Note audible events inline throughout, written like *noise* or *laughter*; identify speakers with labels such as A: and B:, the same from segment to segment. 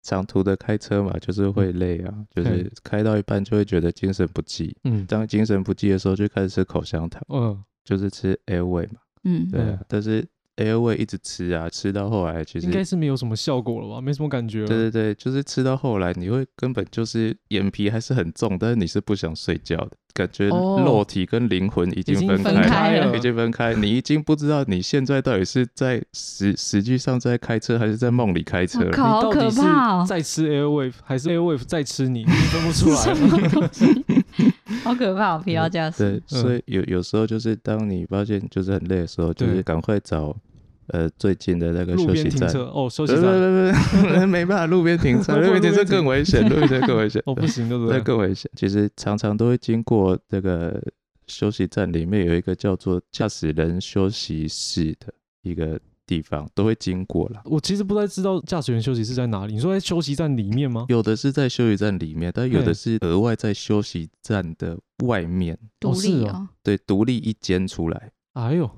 A: 长途的开车嘛，就是
B: 嗯
A: 会累啊，就是开到一半就会觉得精神不济。
B: 嗯
A: 当精神不济的时候，就开始吃口香糖，
B: 嗯
A: 就是吃 Airway 嘛。
C: 嗯，
A: 对啊
B: 嗯，
A: 但是 Airway 一直吃啊，吃到后来其实
B: 应该是没有什么效果了吧？没什么感觉了。
A: 对对对，就是吃到后来，你会根本就是眼皮还是很重，但是你是不想睡觉的，感觉
B: 哦
A: 肉体跟灵魂已
B: 已
A: 经
B: 经
A: 分
C: 分
A: 开了。
C: 开
B: 了
C: 了
A: 已经分开，你已经不知道你现在到底是在实实际上在开车还是在梦里开车
C: 我
A: 了。
C: 靠，好
B: 你到
C: 可
B: 底是
C: 怕哦！
B: 在吃 Airwave 还是 Airwave 在吃你？你分不出来
C: 什
A: *laughs*
B: 了。
C: 么东西？ *laughs* 好可怕、哦！疲劳驾驶。
A: 对，所以有有时候就是当你发现就是很累的时候，就
B: 对
A: 是赶快找呃最近的那个
B: 路
A: 休
B: 边
A: 息
B: 停
A: 站。
B: 车哦，休
A: 不
B: 息
A: 不
B: 站
A: 不 *laughs* 不，没办法，路边停车，
B: 不
A: *laughs* 路边停
B: 路
A: 车
B: 边停
A: 更危险，路边停车更危 *laughs* 险。
B: 哦，不行，对不
A: 那
B: 对？
A: 更危险。其实常常都会经过这个休息站，里面有一个叫做驾驶人休息室的一个地方，都会经过啦。
B: 我其实不太知道驾驶员休息室在哪里。你说在哎休息站里面吗？
A: 有的是在休息站里面，但有
B: 对
A: 的是额外在休息站的外面，
C: 独立
B: 是哦
C: 哦。
A: 对，独立一间出来。
B: 哎呦，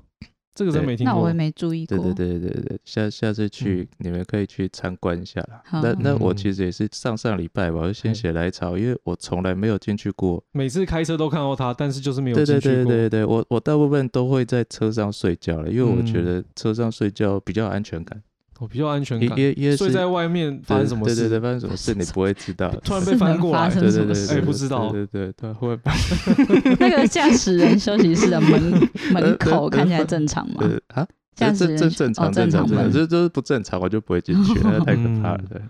B: 这个真
A: 对
B: 没听
C: 那我
B: 过
C: 也。没注意过。
A: 对
C: 嗯
A: 对对对对，下下次去、你们可以去参观一下啦。
C: 好
A: 那那我
B: 嗯
A: 其实也是上上礼拜吧，我就先
B: 嗯
A: 写来潮，因为我从来没有进去过。
B: 每次开车都看到他，但是就是没有
A: 对对
B: 进
A: 对
B: 去过。
A: 对对，我我大部分都会在车上睡觉了，因为我觉
B: 嗯
A: 得车上睡觉比较有安全感。
B: 我比较安全
A: 也
B: 感。
A: 也也
B: 睡
A: 是
B: 在外面发生什么
A: 对
B: 事？
A: 对对，发生什么事你不会知道。
B: *laughs* 突然被翻过来，
C: *laughs* 是能
A: 对
C: 发生什
A: 对
C: 么
A: 对，
C: 事
A: 对
B: 哎不知道
A: 对对对，他会
C: 那个驾驶人休息室的门门口看起来正常吗？
A: 呃啊，
C: 驾
A: 这这
C: 驶人
A: 这正常
C: 哦正
A: 常
C: 常
A: 正常，
C: 门
A: 这这是不正常，我就不会进
B: *laughs*
A: 去，那太可怕了
B: 嗯。
A: 对，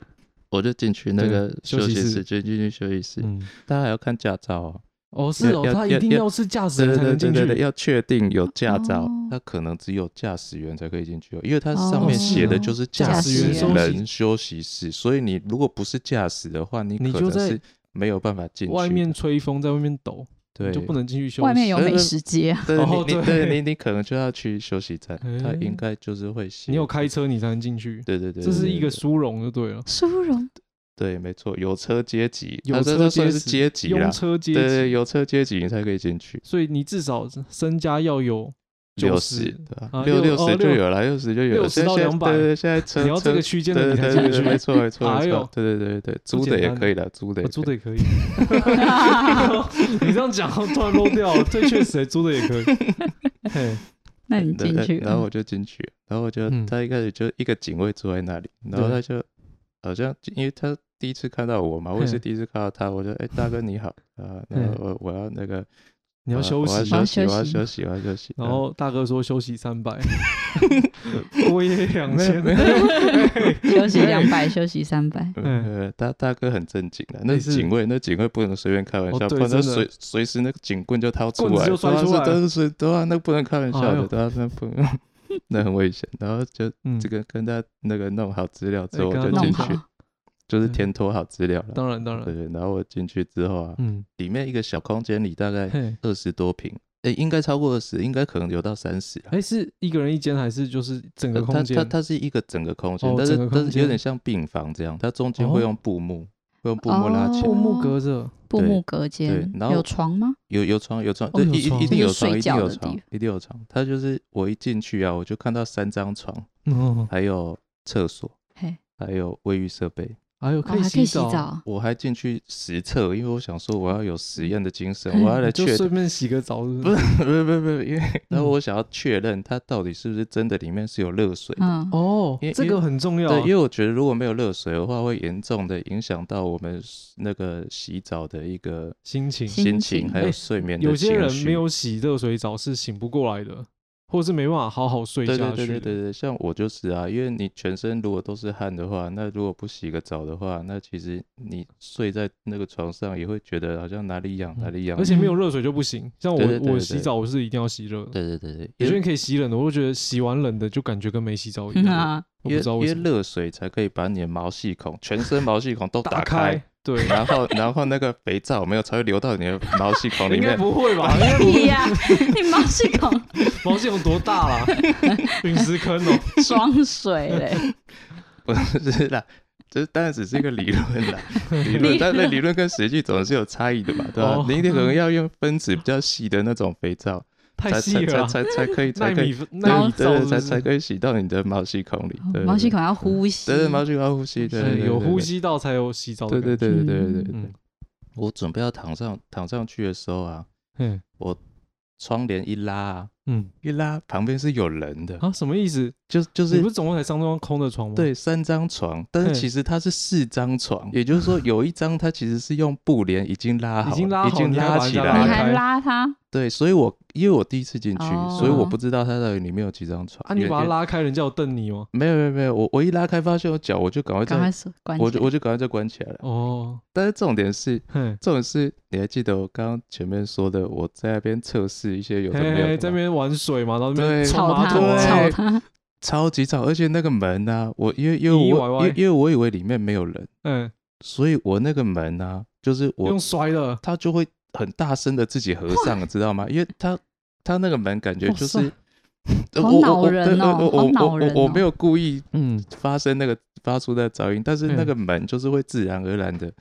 A: 我就进去那个
B: 对
A: 休
B: 休息
A: 息
B: 室
A: 室，就进去休息室，
B: 嗯，
A: 大家还要看驾照哦。
B: 哦，是哦，
A: 要
B: 他一
A: 要
B: 定
A: 要
B: 要是驾驶
A: 对
B: 人才
A: 对对
B: 能进
A: 对
B: 去。
A: 对，要确定有驾照
C: 哦，
A: 他可能只有驾驶员才可以进去哦，因为它
C: 哦
A: 上面写的就是驾驶
B: 驾驶员
A: 人休息室，所以你如果不是驾驶的话，你
B: 你
A: 可
B: 就
A: 能
B: 在
A: 是没有办法进去的。
B: 外面吹风，在外面抖，
A: 对
B: 就
A: *laughs*
B: 不能进去休息。
C: 外面有
A: 呃
C: 美食街啊，
A: 对，
B: 哦
A: 你你
B: 对
A: 对你你可能就要去休息站，他
B: 哎
A: 应该就是会写。
B: 你有开车你才能进去，
A: 对？对对对，
B: 这是
A: 对
B: 一
A: 对
B: 个殊荣就对了，
C: 殊荣。
A: 对，没错，有车阶级，
B: 有
A: 啊这
B: 车
A: 这算
B: 阶
A: 是
B: 级
A: 阶级啦
B: 用，车阶
A: 对对，对
B: 级，
A: 有车阶级你才可以进去。
B: 所以你至少身家要有
A: 六
B: 九
A: 十
B: 十，
A: 对吧？
B: 啊
A: 六
B: 六哦
A: 十就
B: 六
A: 有了，六十就有了。
B: 60
A: 现在
B: 到
A: 现在
B: 200
A: 对对对，现在车
B: 你要这个
A: 车
B: 区间
A: 对
B: 的你才
A: 对
B: 进
A: 对
B: 得
A: 对，没
B: 去。
A: 错没错
B: 哎
A: 没
B: 呦
A: 错，对对对对，租的
B: 简
A: 也
B: 单
A: 可以的，租的
B: 我
A: 也
B: 租
A: 可
B: 的
A: 以
B: 也可以， *laughs* 你这样讲突然漏掉了，这确实租的也
A: *laughs*
B: 可以。嘿，
C: 那你
A: 对
C: 进
A: 对
C: 去
A: 然后
C: 了，
A: 我就进去，然后我就
B: 嗯
A: 他一开始就一个警卫坐在那里，然后
B: 对
A: 他就好像因为他第一次看到我嘛，我也是
B: 嘿
A: 第一次看到他，我就哎大哥你好啊，然后我我要那个
B: 你要
A: 呃
B: 休
A: 我
B: 息，哦
A: 要
C: 要
A: 息，
C: 休
A: 我要
C: 息
A: 休息，我要休息。
B: 然后大哥说休息三
A: *laughs*
B: 百，我也两
A: 没有
B: 千，
A: 没有
C: 嗯休息两百，休息三百。
B: 嗯
A: 呃，大大哥很正经的，那
B: 你是
A: 警卫，那警卫不能随便开玩
B: 哦
A: 笑，
B: 对
A: 不然他
B: 真的
A: 随随时那个警棍就掏出
B: 棍子
A: 来，
B: 就摔
A: 对啊
B: 出
A: 是
B: 来
A: 都是随对啊，那不能开玩笑
B: 哎
A: 的
B: 呦，
A: 对啊，那不能，那很危险。然后就
B: 嗯，
A: 这个跟他那个弄好资料之后，
B: 哎
A: 我就
B: 跟他嗯
A: 进
C: 弄
A: 去
C: 好，，
A: 就是填妥好资料了。
B: 当然当
A: 对
B: 然，
A: 对，然后我进去之后啊，
B: 嗯，
A: 里面一个小空间里大概
B: 嘿，
A: 二十多平，诶，应该超过二十，应该可能有到三十啊。
B: 哎，是一个人一间还是就是整个
A: 呃它
B: 空
A: 它
B: 间？
A: 它是一个整个空间
B: 哦，
A: 但是
B: 整个空
A: 但是有
B: 间
A: 点像病房这样，它中间
B: 哦
A: 会用布幕，会用布幕拉起来
B: 布
C: 哦。
B: 幕隔着，
C: 布
A: 对
C: 幕隔间
A: 对然后
C: 有床吗？
A: 有有床有床，
B: 哦
A: 对，
B: 有
A: 一一
B: 床
A: 一定有
C: 就是
A: 床，
C: 睡
A: 一定
C: 觉
A: 有
C: 的地
A: 床
C: 方，
A: 一定有床。它就是我一进去啊，我就看到三张床，
B: 嗯，
A: 还有厕所，
C: 嘿，
A: 还有卫浴设备。
B: 哎呦，
C: 哦，还可以
B: 洗
C: 洗，澡。
A: 我还进去实测，因为我想说我要有实验的精神，我要来
B: 哎你就
A: 确，
B: 顺便洗个澡，是
A: 不
B: 不
A: 是 *laughs* 不
B: 是？
A: 是不是不是，因为然后
B: 嗯
A: 我想要确认它到底是不是真的里面是有热水。
C: 嗯，
B: 哦
A: 因为，
B: 这
A: 因为
B: 个很重要啊，
A: 对，因为我觉得如果没有热水的话，会严重的影响到我们那个洗澡的一个
B: 心情。
C: 心
A: 心
C: 情
A: 情，还
B: 哎
A: 有睡眠的
B: 有些
A: 情
B: 人
A: 绪
B: 没有洗热水澡是醒不过来的，或是没办法好好睡
A: 对
B: 下
A: 对
B: 去
A: 对对
B: 的。
A: 对对，像我就是啊，因为你全身如果都是汗的话，那如果不洗个澡的话，那其实你睡在那个床上也会觉得好像哪里痒哪里痒。
B: 嗯而且没有热水就不行。像我
A: 对对对
B: 我
A: 对
B: 洗澡我是一定要洗热的，
A: 对对对
B: 有
A: 对，
B: 些
A: 因
B: 人
A: 为
B: 可以洗冷的，我会觉得洗完冷的就感觉跟没洗澡一
A: *laughs*
C: 嗯
B: 样。
C: 啊，
B: 我
A: 因
B: 不
A: 为
B: 知道
A: 因
B: 为
A: 为
B: 什么
A: 热水才可以把你的毛细孔、全身毛细孔都打
B: 开，
A: *laughs*
B: 对，
A: 然后然后那个肥皂没有才会流到你的毛细孔里
B: 应该
A: 面。
B: 不
A: *laughs*
B: 会吧？应该不
C: *laughs* 屁
B: 会，
C: 呀，你毛细孔
B: 毛细孔多
A: *laughs*
B: 大啦？陨石坑哦，
C: 装水嘞，
A: 不是啦，这当然只是一个理论
B: *laughs*
A: 啦，理论，但那理论跟实际总是有差异的嘛，对吧、
B: 哦
A: 你一定可能要用分子比较细的那种肥皂，
B: 太
A: 才
B: 细
A: 才
B: 了
A: 才才
B: 啊，
A: 才
B: *laughs*
A: 可以
B: 纳
A: 才可以
B: 米纳米哦
A: 对对
B: 罩
A: 对，
B: 是不
A: 才
B: 是
A: 才可以洗到你的毛细孔里。对
C: 哦毛细，孔
A: 对
C: 要呼吸，
A: 对对，毛细孔要呼吸，对，对
B: 是嗯有呼。
A: 对对
B: 吸道才有洗澡的
A: 对
B: 感觉。
A: 对对对对对对对
B: 嗯
A: 我准备要躺上躺上去的时候啊，
B: 嗯
A: 窗帘一拉啊，
B: 嗯
A: 一拉旁边是有人的，
B: 啊，什么意思？
A: 就就
B: 你
A: 是
B: 不是总共才三张空的床吗？
A: 对，三张床，但是
B: 嗯
A: 其实它是四张床，也就是说有一张它其实是用布帘已经拉
B: 已
A: 好，
B: 经拉好你还把人
A: 起
B: 家
A: 来
C: 你
A: 了。
B: 开
C: 还拉它，
A: 对，所以我因为我第一次进去，
C: 哦
A: 所以我不知道它到底里面有几张床。
B: 啊，你
A: 因为
B: 把它。拉开，人家有瞪你吗？
A: 因为没有没有没有，我我一拉开发现有脚，我就赶快
C: 赶快
A: 再，
C: 锁关
A: 我
C: 起
A: 就
C: 来。
A: 我就赶快再关起来了。
B: 哦，
A: 但是重点是，
B: 嘿，
A: 重点是你还记得我刚刚前面说的，我在那边测试一些有的没有的
B: 嘿，
A: 吗
B: 在那边玩水嘛，然后那边
A: 对
B: 冲
C: 吵
B: 马
C: 它，
B: 桶啊，
A: 对
C: 吵它，
A: 超级吵，而且那个门呢、我因为因为
B: 腻腻
A: 我
B: 歪
A: 因
B: 歪
A: 为因为我以为里面没有人，
B: 嗯，
A: 所以我那个门呢、就是我
B: 用摔的，
A: 它就会很大声的自己合上，知道吗？因为它它那个门感觉
C: 哇
A: 就是
C: 塞，
A: 呃
C: 好
A: 我我
C: 恼
A: 我
C: 人
A: 对
C: 哦
A: 我
C: 好
A: 我
C: 恼
A: 我
C: 人
A: 我我
C: 哦
A: 没有故意
B: 嗯，
A: 发生那个发出的噪音，但是那
B: 嗯
A: 个门就是会自然而然的，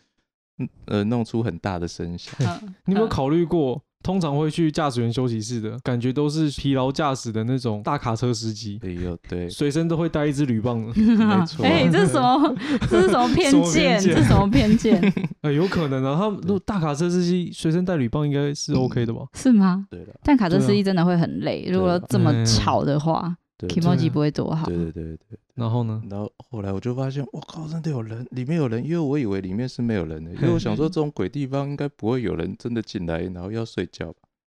A: 嗯呃，弄出很大的声响。
C: 嗯
B: 你有没有
C: 嗯
B: 考虑过？通常会去驾驶员休息室的感觉都是疲劳驾驶的那种大卡车司机，
A: 哎呦，对，
B: 随身都会带一支铝
C: *laughs*
B: 棒的。
A: 没错
C: 哎、这是什么？这是什
A: *laughs*
C: 么偏见？
B: 什么偏见
C: 这是什么偏见？
B: 哎，有可能啊，他们如果大卡车司机随身带铝棒应该
A: 嗯
B: 是 OK 的吧？
C: 是吗？
A: 对啊了，
C: 但卡车司
B: 对
C: 机真的会很累，如果这么吵的话
A: 对
C: k
A: 对
C: i m o
B: 真
C: j i
B: 的
C: 不会多好。
A: 对对对对。
B: 然后呢？
A: 然后后来我就发现，我靠，真的有人，里面有人，因为我以为里面是没有人的，因为我想说这种鬼地方应该不会有人真的进来，然后要睡觉吧，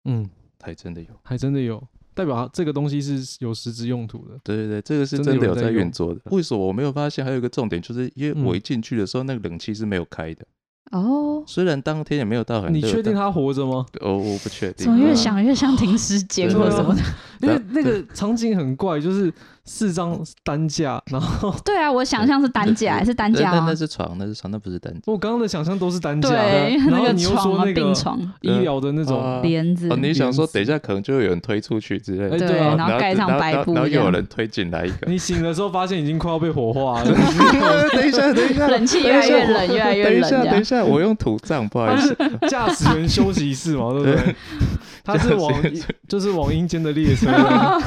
B: 嗯，
A: 还真的有。
B: 还真的有，代表这个东西是有实质用途的。
A: 对对对，这个是
B: 真的
A: 真的
B: 有
A: 有
B: 在
A: 在运
B: 用
A: 作的。为什么我没有发现？还有一个重点就是，因为我
B: 嗯
A: 一进去的时候，那个冷气是没有开的。
C: 哦，
A: 虽然当天也没有到很热，
B: 你确定
A: 但？
B: 他活着吗？
A: 哦，我不确定。
C: 怎么越
A: 对
C: 想越像停
A: *laughs*
C: 尸间
A: 对啊
C: 或什么的？
B: 因为
A: 对
B: *laughs* 那个场景很怪，就是四张单架，然后
C: 对啊，我想象是担架，是担架
A: 那那
C: 吗
A: 那？是床，那是床，那不是单
B: 我刚刚的想象都是单架，
C: 对，
B: 然后
C: 个
B: 你又
C: 床
B: 说
C: 啊，
B: 那
C: 病
B: 个
C: 床、
B: 医疗的那种，
A: 啊
C: 帘子
A: 哦，，你想说
B: 帘子
A: 等一下可能就会有人推出去之类
B: 哎
A: 的，
C: 对，
B: 对啊
C: 然后盖上
A: 然后
C: 白布
A: 然后然后
C: 这
A: 又有
C: 样，
A: 人推进来一 *laughs* 个。
B: 你醒的时候发现已经快要被火化 *laughs* 了，
A: 哎等一下，等一下，
C: 冷 *laughs* 气越来越冷，越来越
A: 等一下，
C: 冷这
A: 等一
C: 样。
A: 下，我用土葬，不好意思。
B: 驾驶员休息室嘛，对不对？ *laughs* 他是往
A: 驾驶
B: 就是往阴间的列车啊，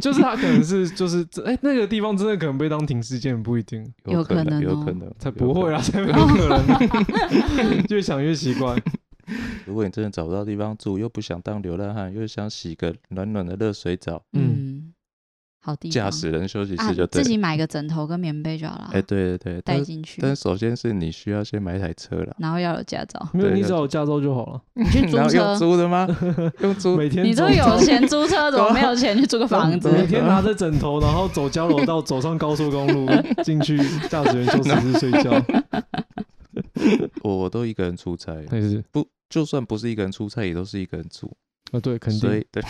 B: 就是他可能是就是哎、那个地方真的可能被当停尸间，不一定，
C: *laughs* 有可能
A: 有
C: 哦
A: 可能，
B: 才
A: 有
B: 不
A: 可
B: 会
A: 能。
B: 啊，才没有可能啊、
C: *laughs*
B: 越想越奇怪。
A: 如果你真的找不到地方住，又不想当流浪汉，又想洗个暖暖的热水澡，
C: *laughs* 嗯，好地
A: 驾
C: 方
A: 驶人休息
C: 啊
A: 室就，对
C: 自
A: 了。
C: 己买个枕头跟棉被就好了
A: 哎，，对对对，
C: 带
A: 但
C: 进去，
A: 但首先是你需要先买一台车啦。
C: 然后要有驾照。
A: *laughs*
B: 没有，
A: 对
B: 你
A: 要
B: 只要有驾照就好了。
C: 你去租
A: 然后
C: 车
A: 用，租的 *laughs* 吗？用租
B: 每天
C: 你都
B: 走
C: 有钱租车，怎么
A: *laughs*
C: 没有钱去租个房子？
B: 每天拿着枕头，然后走交流道，走上高速公路，进去驾驶员休息
A: *laughs*
B: 室睡觉。
A: 我我都一个人出差，
B: 也是
A: 不就算不是一个人出差，也都是一个人住，
B: 啊，对，肯
A: 所
B: 定。
A: 以对，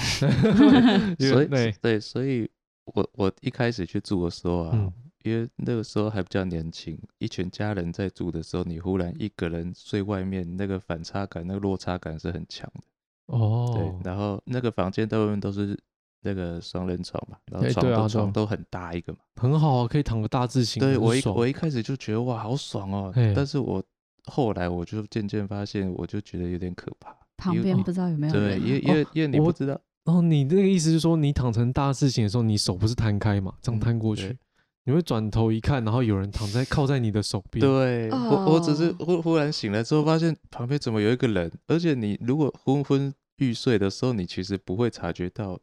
B: 因
A: 所
B: 为
A: 以
B: 对，
A: 对，所以我我一开始去住的时候啊，
B: 嗯
A: 因为那个时候还比较年轻，一群家人在住的时候，你忽然一个人睡外面，那个反差感、那个落差感是很强的。对
B: 哦，，
A: 然后那个房间大部分都是那个双人床嘛，然后
B: 哎
A: 床
B: 对
A: 都、
B: 啊对啊
A: 床都很大一个嘛。
B: 很好啊，可以躺个大字型，
A: 对我一
B: 很爽
A: 我一开始就觉得哇好爽哦
B: 嘿，
A: 但是我后来我就渐渐发现，我就觉得有点可怕。
C: 旁
A: 因为
C: 边不知道有没有
A: 对，
C: 人
A: 因为
C: 啊，
A: 因为因为你不
B: 我
A: 知道，
B: 哦，你那个意思是说，你躺成大字型的时候，你手不是摊开嘛，这样
A: 嗯
B: 摊过
A: 对
B: 去，你会转头一看，然后有人躺在靠在你的手臂。
A: 对我我只是
C: 哦
A: 忽忽然醒来之后，发现旁边怎么有一个人，而且你如果昏昏欲睡的时候，你其实不会察觉到，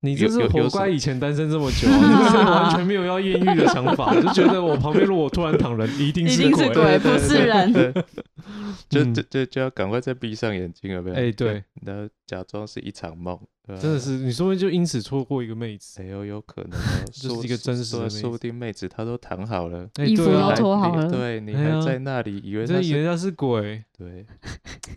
B: 你就
A: 有
B: 是
A: 有有
B: 活
A: 什
B: 该以前单身这么久啊，
A: *laughs*
B: 你是完全没有要艳遇的想法，就觉得我旁边如果突然躺人，一定
C: 一
B: 是
C: 定是鬼，不
A: 对
C: 是
B: *laughs*
C: 人。
A: 对，就
B: 嗯
A: 就就就要赶快再闭上眼睛，有没有？
B: 哎对，
A: 然后假装是一场梦，对吧
B: 真的。是，你说不定就因此错过一个妹子。
A: 谁又有可
B: *laughs*
A: 能哦？
B: 这
A: 说
B: 是一个真实的
A: 说
B: 妹
A: 说不
B: 子
A: 定妹子她都躺好了，
B: 哎
C: 衣服
B: 对
C: 都
B: 啊
A: 还
C: 脱
A: 你
C: 好了
A: 对你
B: 哎
A: 还
B: 呀
A: 在那里，以为
B: 你
A: 她
B: 这以
A: 是
B: 为他是鬼，
A: 对，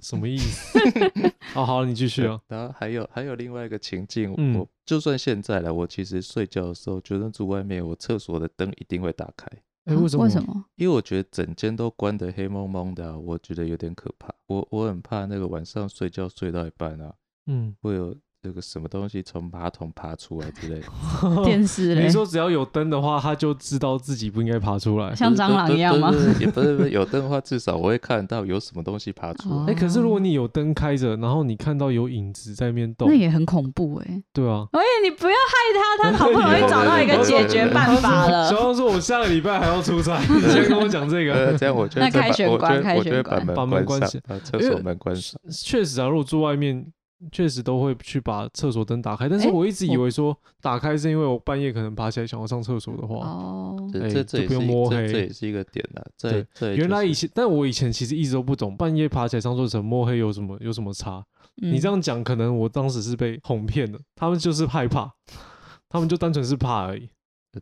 B: 什么意思？
C: *laughs*
B: 哦，好，你继续啊。
A: 然后还有还有另外一个情境，
B: 嗯
A: 我就算现在了，我其实睡觉的时候，就算住外面，我厕所的灯一定会打开，
B: 哎，
C: 啊
B: 为什么？
C: 为什？么？
A: 因为我觉得整间都关得黑蒙蒙的啊、我觉得有点可怕。我我很怕那个晚上睡觉睡到一半啊，
B: 嗯，
A: 会有这个什么东西从马桶爬出来之类的，
C: *laughs*
B: *laughs*
A: *laughs*
C: 电视嘞
B: 你，说只要有灯的话，他就知道自己不应该爬出来。
C: 像蟑螂一样吗
A: 对？对对也不是不是有灯的话，至少我会看到有什么东西爬出来。
C: 哦
B: 哎、可是如果你有灯开着，然后你看到有影子在面动
C: 那，也很恐怖哎、
B: 对
C: *laughs*
B: 啊。
C: 喂，你不要害他，他好不容易找到一个解决办
B: 小
C: 法
B: *laughs*
C: 了。
B: 王说：“我下个礼拜还要出
C: *laughs*
B: 差，你先跟我讲这
A: *laughs* 呃，
B: 个。
A: 这样我就
C: 那
A: 会再
C: 开
A: 把
C: 玄
A: 我
C: 关
A: 就
C: 开
A: 会我
C: 玄
A: 就会
C: 关
B: 把
A: 把
B: 门
A: 门
B: 关起
A: 上，把厕所门关上。”
B: 确实啊，如果住外面，确实都会去把厕所灯打开。但是
C: 哎
B: 我一直以为说打开是因为我半夜可能爬起来想要上厕所的话，
C: 哦，
A: 这
B: 哎
A: 这
B: 就
A: 这也
B: 不
A: 是
B: 用
A: 一
B: 摸黑
A: 这这也是一个点啊。这
B: 对
A: 这也
B: 原
A: 就
B: 来
A: 是
B: 以前，但我以前其实一直都不懂半夜爬起来上厕所摸黑有什么有什么差。你这
C: 道
B: 样讲，可能我当时是被哄骗的，他们就是害怕， *laughs* 他们就单纯是怕而已。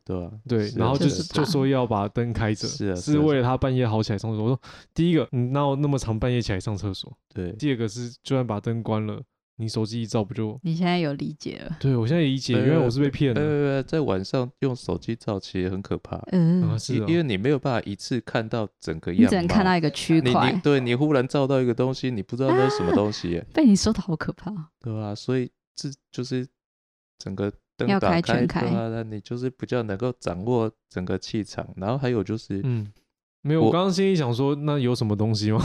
A: 对啊
B: 对，
A: 是啊
B: 然后
A: 是
B: 就
A: 啊
B: 是
A: 是
B: 就
A: 啊
B: 说要把灯开着，
A: 是啊是啊
B: 是为了他半夜好起来上厕所。我说第一个，你哪有那么长半夜起来上厕所？
A: 对，
B: 第二个是，就算把灯关了，你手机一照不就？
C: 你现在有理解了，
B: 对我现在也理解，
A: 呃
B: 原来我是被骗的。
A: 呃，在晚上用手机照其实很可怕，
B: 啊，
C: 嗯，
B: 是
A: 因
B: 啊，
A: 因为你没有办法一次看到整个
C: 你
A: 样
C: 只能看
A: 貌
C: 到一个区
A: 你你
C: 块， *laughs* 啊
A: 对你忽然照到一个东西，你不知道那是什么东西耶，
C: 被你说的好可怕。
A: *laughs* 对吧、所以这就是整个灯
C: 要
A: 打
C: 开全
A: 对
C: 开
A: 啊，那你就是比较能够掌握整个气场。然后还有就是，
B: 嗯，没有，我
A: 我
B: 刚刚心里想说，那有什么东
A: *laughs*
B: 西吗？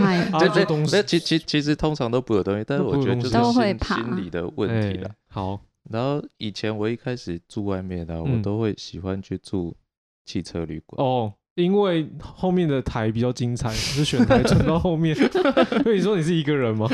C: 哎呀
B: 啊
A: 对
B: 这
A: 对
B: 东西
A: 那其其其实通常都不有东西，但是
B: 都
A: 我
B: 不有
A: 觉得
B: 东
A: 就是
B: 西
C: 都会
A: 心
C: 怕
A: 心理的问
B: 哎
A: 题啦。
B: 好，
A: 然后以前我一开始住外面啊，
B: 嗯
A: 我都会喜欢去住汽车旅馆。
B: 哦，因为后面的台比较精
C: *laughs*
B: 彩，是选台转到后面。所以你说你是一个人吗？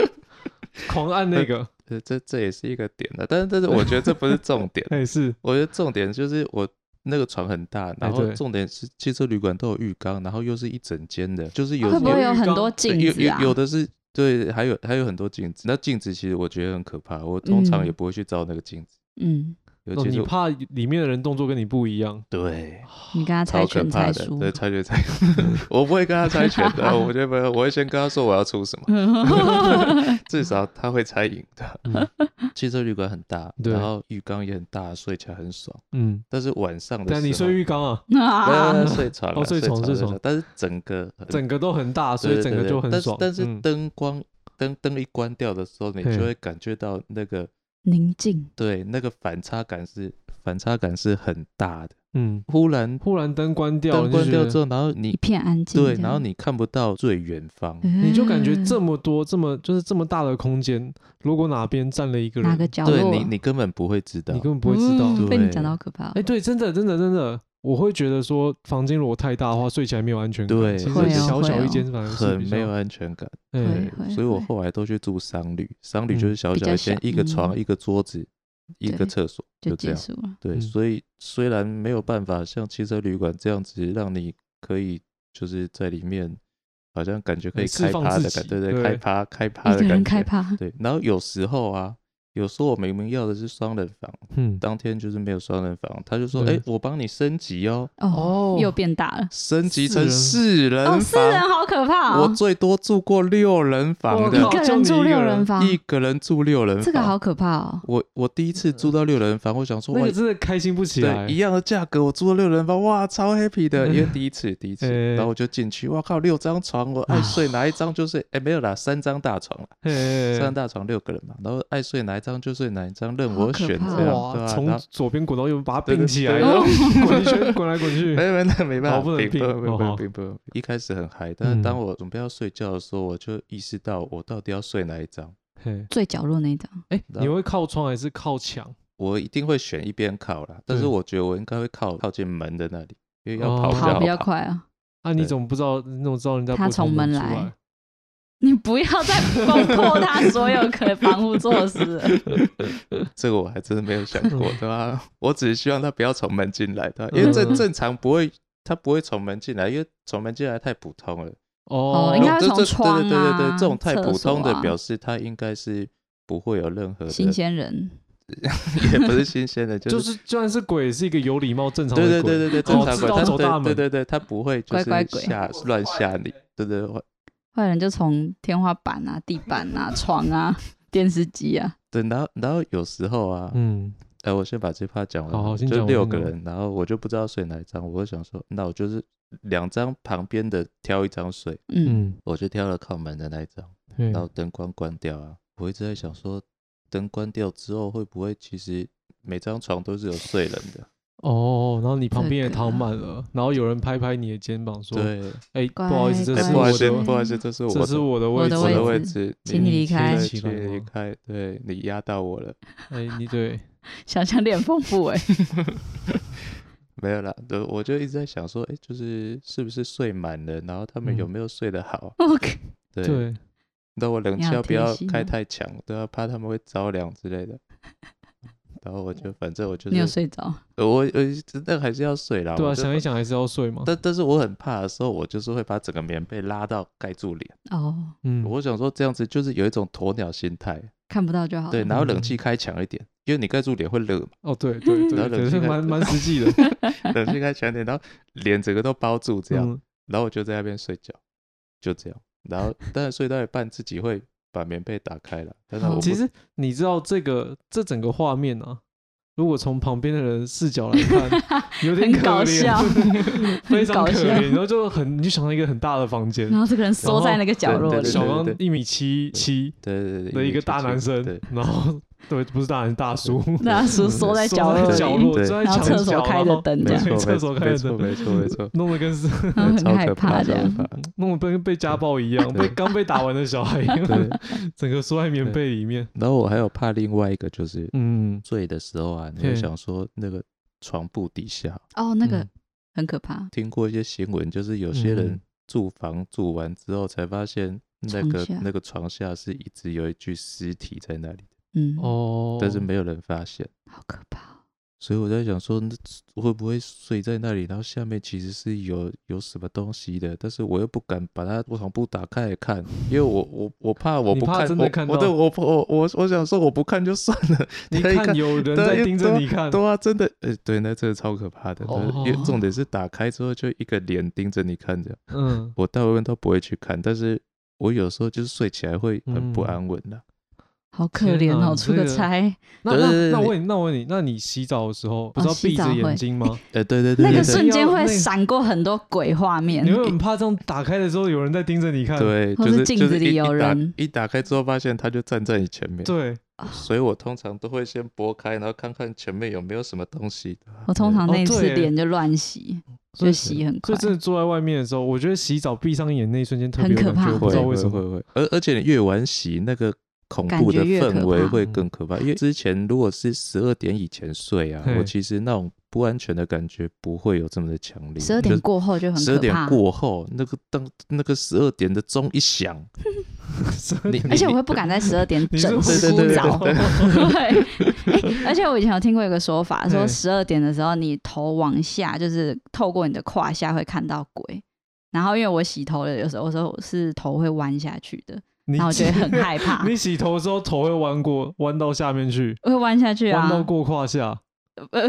B: 狂按那个，，
A: 这这这也是一个点啊的，但是但是我觉得这不是重点
B: *laughs* 哎、是
A: 我觉得重点就是我那个床很大，然后
B: 哎对
A: 重点是汽车旅馆都有浴缸，然后又是一整间的，就是有
C: 啊会不会有很多
A: 有
C: 镜
A: 有
C: 子啊
A: 有？有的是对，还有还有很多镜子，那镜子其实我觉得很可怕，我通常
C: 嗯
A: 也不会去照那个镜子，
C: 嗯，
A: 尤
B: 哦
A: 其
B: 你
A: 是
B: 怕里面的人动作跟你不一样，
A: 对。
C: 你跟他猜
A: 超可
C: 拳
A: 怕
C: 猜
A: 的，
C: 输，
A: 对，猜拳
C: *laughs*
A: 猜， *laughs* 我不会跟他猜拳的，我就不会，我会先跟他说我要出什 *laughs* 么，
C: 嗯
A: 至少他会猜赢的。 *laughs*
B: 嗯
A: 汽车旅馆很大，
B: 对
A: 然后浴缸也很大，睡起来很爽。
B: 嗯，
A: 但是晚上的时候，
B: 但你睡浴缸啊，
C: 啊
A: 呃，睡床啊，
B: 哦睡床
A: 床
B: 睡
A: 睡
B: 床，
A: 但是整个很
B: 整个都很大，所
A: 对
B: 以
A: 对
B: 整个
A: 对
B: 就很
A: 但是
B: 爽。
A: 但是
B: 嗯
A: 灯光灯灯一关掉的时候，你
B: 嘿
A: 就会感觉到那个
C: 宁静，
A: 对那个反差感是反差感是很大的。
B: 嗯，
A: 忽然
B: 忽然灯关掉，
A: 灯
B: 你就
A: 关
B: 觉
A: 掉
B: 得
A: 之后，然后
C: 一
A: 你
C: 片安静这
A: 对，
C: 样。
A: 然后你看不到最远方。
C: 嗯，
B: 你就感觉这么多这么就是这么大的空间，如果哪边站了一个人，
C: 哪个角
A: 对
C: 落，
A: 你，你根本不会知道
B: 你。根本不会知道。
C: 嗯
A: 对
C: 被你讲到可怕了
B: 哎、。对，真的真的真的，我会觉得说房间如果太大的话，睡起来没有安全感。
A: 对
B: 其
C: 会
B: 实
C: 哦
B: 小
C: 会
B: 小一
C: 哦
B: 间反而是
A: 很
B: 比较
A: 没有。安全感，
B: 哎
C: 会
A: 对所以我
C: 会
A: 后来都去住商旅，商旅
B: 嗯
A: 就是小
C: 比
A: 小
C: 较
A: 一间
C: 小，
A: 一个
C: 嗯
A: 床，一个桌子，一个
C: 对
A: 厕所，
C: 就
A: 这
C: 结
A: 样。
C: 束了。
A: 对，
B: 嗯
A: 所以虽然没有办法像汽车旅馆这样子，让你可以就是在里面，好像感觉可以
B: 释
A: 开
B: 放
A: 趴
B: 自
A: 的
B: 己
A: 感，对
B: 对
A: 对，开趴开趴
C: 一
A: 的
C: 个人
A: 感
C: 开
A: 觉。
C: 趴，
A: 对，然后有时候啊，有时候我明明要的是双人房，
B: 嗯，
A: 当天就是没有双人房，他就说：“
B: 对
A: 哎，我帮你升级哦，
C: 哦
B: 哦，
C: 又变大了。
A: 升级
B: 四
A: 成
B: 人
A: 四
C: 哦，
A: 人
C: 四人
A: 房。”
C: 好可怕
A: 我
C: 哦！
A: 最多住过六人
B: 我
A: 房
B: 靠
A: 的
C: 一，个人住六人房，
A: 一个人住六人房，
C: 啊这个好可怕哦！
A: 我我第一次
B: 嗯
A: 住到六人房，我想说，
B: 那
A: 哇
B: 个，真的开心不起来
A: 对，一。样的价格，我租了六人房，哇，超 happy
B: *laughs*
A: 的，因为第一次，第一次，
B: 哎
A: 然后我就进去，哇靠，六张床，我
B: 啊
A: 爱睡哪一张就睡，哎，没有啦，三张大床啦，
B: 哎
A: 三张大床六个人嘛，然后爱睡哪一张就睡哪一张，任
C: 好
A: 我
C: 可
A: 选这
C: 怕
A: 样，
C: 哦
A: 对
B: 哇，
A: 吧？
B: 从
A: 然后
B: 左边滚到右边，把它
A: 对
B: 并
A: 对
B: 起来，
A: 对 *laughs*
B: 然后
C: *laughs*
B: 滚一圈，滚来滚去
A: 没。没那没办
B: 哦
A: 法，
B: 不能
A: 并
B: 并
A: 不能
B: 哦
A: 不
B: 好
A: 能并不能，一开始很嗨，但
B: 嗯
A: 是当我准备要睡觉的时候，我就意识到我到底要睡哪一张，
B: 嘿
C: 最角落那一张，
B: 哎，你会靠窗还是靠墙？
A: 我一定会选一边靠啦，但是
B: 对
A: 我觉得我应该会靠靠近门的那里，因为要
B: 哦
A: 跑比较
C: 跑
A: 好
C: 比较
A: 跑
C: 快啊！
B: 啊，你
A: 对
B: 怎么不知道？你怎么知道人家
C: 他
B: 不
C: 从门
B: 出
C: 来
B: 来？
C: 你不要再攻破他所有可防护
A: *laughs*
C: 措施了。
A: 这个我还真的没有想过，对吧？我只是希望他不要从门进来，对吧？
B: 嗯
A: 因为正正常不会，他不会从门进来，因为从门进来太普通了。
B: 哦，
A: *laughs*
C: 应该会
A: 这
C: 从
A: 这
C: 窗啊
A: 对对对对对，这种太普通
C: 厕所
A: 的
C: 啊
A: 表示，他应该是不会有任何的，
C: 新鲜人，
A: 也不是新鲜的，。
B: 就是是就算是鬼，也是一个有礼貌、正常的
A: 对
B: 鬼。
A: 对对对对，正
B: 哦
A: 常
B: 知
A: 鬼，
B: 道
A: 他
B: 走大
A: 对
B: 门
A: 对对对，他不会就
C: 乖
A: 是
C: 乖鬼
A: 吓乱吓你，对对，对
C: 坏人就从天花板啊、地板啊、床啊、电视机啊，
A: 对，然后然后有时候啊，
B: 嗯，
A: 哎，我先把这趴讲完
B: 好
A: 好，
B: 好先讲
A: 就
B: 完
A: 六
B: 先
A: 个
B: 讲
A: 人，然后我就不知道睡哪一张，我就想说，那我就是两张旁边的挑一张睡，
C: 嗯，
B: 嗯，
A: 我就挑了靠门的那一张，
B: 对
A: 然后灯光关掉啊，我一直在想说，灯关掉之后，会不会其实每张床都是有睡人的？
B: 哦，然后你旁边也
C: 这个
B: 躺满了，然后有人拍拍你的肩膀说
A: 对，：“
B: 哎，不好意思，这
A: 哎
B: 是
A: 不好
B: 我
A: 意思，
B: 的，
A: 不好意思，这是我
B: 这是
A: 的
B: 我的
C: 我
B: 位置，嗯
C: 的
A: 我的
C: 位
A: 位
C: 置
A: 置，
C: 请你离开
A: 对请
B: 起来
A: 你离
B: 吗
A: 开，对你压到我了，
B: 哎，你对，
C: 想象力很丰
A: *laughs*
C: 富哎、
A: 没有啦，对，我就一直在想说，哎，就是是不是睡满了，然后他们有
B: 嗯
A: 没有睡得好？
C: OK，
A: 对，
B: 对，
A: 那我冷
C: 你好
A: 气要不
C: 贴
A: 要
C: 心
A: 开
C: 哦
A: 太强？对啊，怕他们会着凉之类
C: *laughs*
A: 的。然后我就反正我就
C: 你有
A: 是
C: 睡着？
A: 呃我我那还是要睡啦，
B: 对
A: 我
B: 啊，
A: 就
B: 想
A: 把
B: 一，想还是
A: *laughs*
B: 要睡嘛。
A: 但但是我很怕的时候，我就是会把整个棉被拉到盖住脸。
C: 哦，
B: 嗯，
A: 我想说这样子就是有一种鸵鸟心态，
C: 看不到就好了。
A: 对，然后冷
B: 嗯
A: 气开强一点，因为你盖住脸会热
C: *laughs*
A: 嘛，
B: 哦，对对
A: 然后冷
B: 对，对，
A: 气
B: 是
A: 开
B: 蛮蛮实际的，
A: 冷气开强一点，然后脸整个都包住 *laughs* 这样，
B: 嗯
A: 然后我就在那边睡觉，就这样。然后当然睡到一半自己会把棉被打开了，但是
C: 好
A: 我不
B: 哦其实你知道这个这整个画面啊，如果从旁边的人视角来看，
C: *laughs*
B: 有点
C: 很
B: 可
C: 搞笑
B: 怜， *laughs* 非常
C: 搞
B: 可
C: 笑
B: 怜。然后就很，你就想到一个很大的房
C: *laughs*
B: 间
C: 然，后这个人缩在那个角落
A: 对
C: 里
A: 对，
B: 小
A: 对
B: 刚一米七七
A: 对对对
B: 的一
A: 为
B: 个
A: 其
B: 大
A: 实
B: 男生
A: 对，
B: *laughs* 然后对，不是大男大叔，
C: 那叔 *laughs* 缩在角落
A: 缩在
B: 角
C: 里，
B: 落，
A: 对
B: 坐在
C: 然后
B: 墙
C: 厕所
B: 角
C: 开着，灯这
A: 没错，
C: 样，
B: 厕所开
A: 没
B: 的
A: 错，
B: 灯
A: 没错，没错，
B: 弄得跟是
C: 然后
A: 对超
C: 很害
A: 可
C: 怕
A: 超
C: 这
A: 可
C: 样。
A: 怕。嗯
B: 弄得跟被家暴一样，
A: 对
B: 被刚被打完的小孩一
A: 对
B: 样，， *laughs* 整个缩在棉被里面。
A: 然后我还有怕另外一个就是
B: 嗯，
A: 醉的时候啊，你会
B: 嗯
A: 想说那个床铺底下，
C: 哦，那个
B: 嗯
C: 很可怕，
A: 听过一些新闻，就是有些人
B: 嗯
A: 住房住完之后才发现那个
C: 床下
A: 那个床下是一直有一具尸体在那里，
C: 嗯，
B: 哦，
A: 但是没有人发现。
C: 好可怕。
A: 所以我在想说，那会不会睡在那里，然后下面其实是有有什么东西的，但是我又不敢把它床铺打开来看，因为我我我怕我
B: 你
A: 不
B: 怕
A: 看，
B: 真的
A: 我
B: 看
A: 我
B: 到
A: 对我我我我想说我不看就算了，
B: 你
A: 可以
B: 看有人在盯着你看，
A: 对啊，真的，呃，对，那真的超可怕的。对
B: 哦
A: 因为重点是打开之后就一个脸盯着你看这样。
B: 嗯，
A: 我大部分都不会去看，但是我有时候就是睡起来会很不
B: 嗯
A: 安稳啊的、
C: 好可怜
B: 天哪
C: 哦，出个
B: 这个
C: 差，
B: 那
A: 对对对
B: 那
A: 对
B: 那我问你，那我问你，那你洗澡的时候不是要
C: 哦洗
B: 闭
C: 澡
B: 着
C: 会
B: 眼
C: *laughs*
B: 睛吗？
A: 呃，对对对
C: 那
A: 对
C: 个
B: 是
A: 对
C: 瞬间会
B: 那个
C: 闪过很多鬼画面
B: 你，会很怕这样打开的时候有人在盯着你看？
A: 对，
C: 或
A: 就是是
C: 镜
A: 就是
C: 子里
A: 一
C: 有
A: 一打
C: 人
A: 一打开之后发现他就站在你前面，
B: 对，
A: 所以我通常都会先拨开，然后看看前面有没有什么东西。
C: 我通常
B: 哦
C: 那一次
B: 对耶
C: 脸就乱洗，
B: 所以
C: 就洗很
B: 所
C: 快
B: 以。真的坐在外面的时候，我觉得洗澡闭上眼那一瞬间特别
C: 很可
B: 有感
C: 怕
B: 觉，我不
A: 会
B: 知道为
A: 会
B: 什么。
A: 会会，而而且你越晚洗，那个恐
C: 感
A: 怖
C: 觉
A: 的
C: 越
A: 氛
C: 可
A: 围
C: 怕嗯
A: 会更可怕。因为之前如果是十二点以前睡啊，我
B: 嘿
A: 其实那种不安全的感觉不会有这么的强烈。
C: 十二点过后就很
A: 十二
C: 可
A: 点
C: 怕，
A: 过后，那个灯，那个十二点的钟一响，
B: *laughs*
A: 你
C: 而且我会不敢在十二点
B: 你是
C: 整
B: 不
A: 对对
B: 是
C: 洗
A: 对
C: 澡，
A: 对
C: *laughs*
A: 对
B: *laughs*
C: 对，哎而且我以前有听过一个说法，说
B: 对
C: 十二点的时候，你头往下，就是透过你的胯下会看到鬼。然后因为我洗头的，有时候我说我是头会弯下去的，
B: 你
C: 然后我觉得很
B: *laughs*，
C: 害怕
B: 你洗头的时候头会弯过，弯到下面
C: *laughs*
B: 去，
C: 会弯下去
B: 弯
C: 啊
B: 到，过胯下。
C: 呃，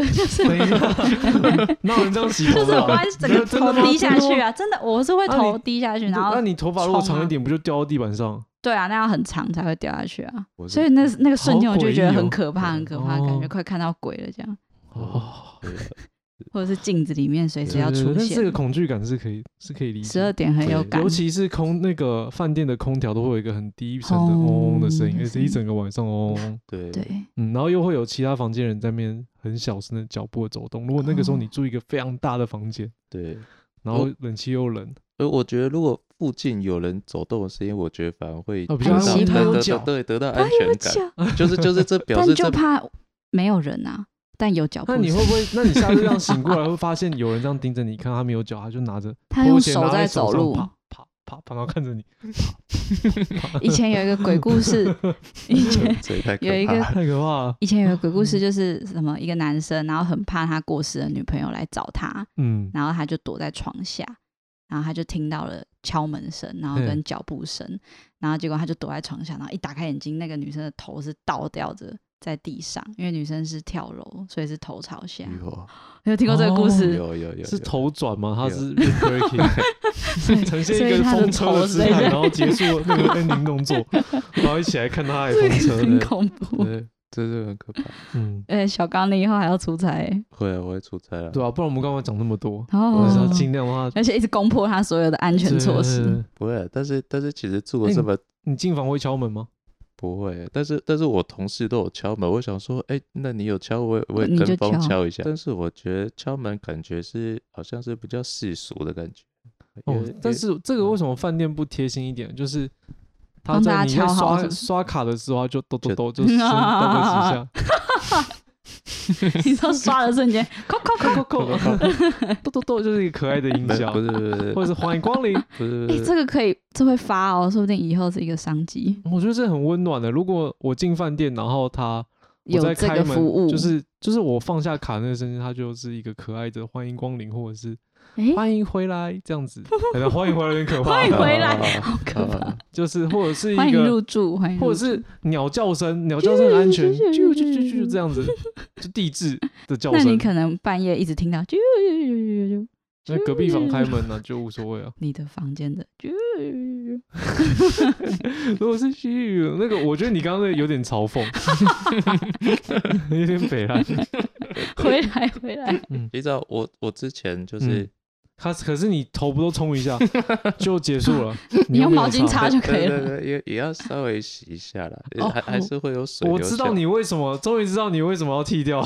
B: *laughs*
C: *laughs* 就是
B: 等一下，那有人这样洗
C: *laughs* 就
B: 头
C: 是
B: 的
C: 我
B: 啊？
C: 弯整个
B: 真的
C: 头
B: 吗
C: 低下去啊，真的，我是会
B: 那
C: 头
B: 你
C: 低下去，然
B: 那
C: 后
B: 你头发如果
C: 冲啊
B: 长一点，不就掉到地板上？
C: 对啊，那要很长才会掉下去啊，
A: 我是
C: 所以那那个瞬间
B: 好
C: 我就觉得
B: 诡异哦
C: 很可怕，很可怕，感觉
B: 哦
C: 快看到鬼了这样，
B: 哦，
A: 对啊
C: 或者是镜子里面随时要
B: 对对
C: 出
B: 对但这
C: 现
B: 个。恐惧感是可以是可以理
C: 十
B: 解
C: 二
B: 的。
C: 点很有
A: 对
C: 感，
B: 尤其是空那个饭店的空调都会有一个很低沉的
C: 轰
B: 嗡嗡的声音，
C: 的
B: 而
C: 声
B: 且
C: 音
B: 一整个晚上嗡嗡嗡，
A: 对
C: 对，
B: 嗯，然后又会有其他房间人在那边很小声的脚步的走动。如果那个时候
C: 哦
B: 你住一个非常大的房间，
A: 对。
B: 然
A: 哦
B: 后冷气又冷，
A: 而我觉得，如果附近有人走动的声音，我觉得反而会
B: 哦比
A: 得
C: 较
A: 到
C: 安心
A: 得
C: 他有
A: 得
B: 脚
A: 得对得到安全感，
C: 巧
A: 就是就是这表
C: 但
A: 示
C: 就
A: 这
C: 怕没有人啊，但有
A: 哦
C: 脚步
B: 那
C: 声。
B: 你会不会？那你下次这样醒过来，会发现有人这样盯着你看，他没有脚，他就拿着
C: 他用
B: 拖鞋
C: 手
B: 拿
C: 在
B: 手
C: 走
B: 上
C: 路。
B: 啪啪啪啪，然后
A: *laughs*
B: 看着你，
C: 以前有一个鬼故
B: *laughs*
C: 事，以前
A: 这也太可
C: 有一
A: 怕
C: 个
A: 了。
B: 太可怕
A: 嗯
B: 了。
C: 以前有一个鬼故事，就是什么一个男生，然后很怕他过世的女朋友来找他，
B: 嗯，
C: 然后他就躲在床下，然后他就听到了敲门声，然后
B: 嗯
C: 跟脚步声，然后结果他就躲在床下，然后一打开眼睛，那个女生的头是倒吊着在地上，因为女生是跳楼，所以是头朝下。 *laughs* 有听过这个故
A: 有
C: 事？
A: 有有有，
B: 是
A: 有
B: 头转吗？他
A: 有 *laughs*
B: 是 breaking，呈现
C: 所
B: 一
C: 以
B: 个
C: 他的
B: 风车
C: 头
B: 的
C: 是
B: 姿
C: 在
B: 态，
C: 这
B: 然后结束那个 ending 动作，然后一起来看他的风车。
C: *laughs* 很恐怖。
A: 对，这是很
C: *laughs*
A: 可怕。
B: 嗯，
C: 哎、小刚，你以后还要出差欸、
A: 会啊，我会出差了。
B: 对啊，不然我们刚刚讲那么多，
C: 哦
B: 我就是要尽量的话，
C: 而且一直攻破他所有的安全措施。
B: 对。
A: 不会啊，但是但是其实住
B: 哎
A: 了这
B: 你
A: 么
B: 你进房会敲门吗？
A: 不会，啊但是但是我同事都有敲门，我想说，哎，那你有敲，我也我也
C: 你就
A: 跟风
C: 敲
A: 敲一下。但是我觉得敲门感觉是好像是比较世俗的感觉。因
B: 哦
A: 为，
B: 但是这个
A: 嗯
B: 为什么饭店不贴心一点？就是他
C: 帮
B: 在
C: 大
B: 你
C: 家
B: 在
C: 敲好是
B: 刷
C: 不是
B: 刷卡的时候，他就抖抖
A: 就
B: 抖，就先抖
C: *laughs*
B: 个几下，
C: *laughs* 你说刷的瞬间，扣扣扣，
B: 扣扣扣，抖抖抖，就是一个可爱的音
A: 没
B: 效
A: 不，是不是
B: 或者是欢迎光临。
A: 不是不
C: *laughs* 哎、
A: 是，
C: 这个可以，这会发哦，说不定以后是一个商机，
B: 我觉得这很温暖的。如果我进饭店，然后他我
C: 有
B: 在
C: 这
B: 开
C: 个服
B: 门，
C: 务，
B: 就是就是我放下卡那个瞬间，他就是一个可爱的欢迎光临，或者是
C: 哎、
B: 欢迎回来这样子。可能欢迎回来有点可怕，啊
C: 欢迎回来
A: 好
C: 可怕
B: 就是或者是
C: 欢
B: 一
C: 迎
B: 个
C: 入住，欢迎入
B: 或者
C: 住
B: 是鸟叫声，鸟叫声很安
C: *laughs*
B: 全，
C: 啾
B: 啾啾
C: 啾
B: 啾
C: 啾啾
B: 啾这
C: *laughs*
B: 样子，就地质的叫
C: 那
B: 声
C: 你。可能半夜一直听到啾啾啾啾啾啾，
B: 那隔壁房开门
C: *laughs*
B: 呢，就无所谓啊。
C: 你的房间的啾啾啾啾啾，
B: 如果是咻那个，我觉得你刚刚那个有点嘲
C: *laughs*
B: 讽，有点北啦。
C: 回来回来，
A: 你知道我我之前就是、
B: 嗯他可是你头不都冲一
C: *laughs*
B: 下就结束了，
C: 你
B: 又
C: 用
B: 没有
C: 毛巾擦就可
A: 对
C: 以了。
A: 对对，也也要稍微洗一下啦，
B: 哦
A: 还还
B: 我
A: 是会有水
B: 我
A: 流
B: 知
A: 下
B: 道你为什么，终于知道你为什么要剃
C: *laughs*
B: 掉，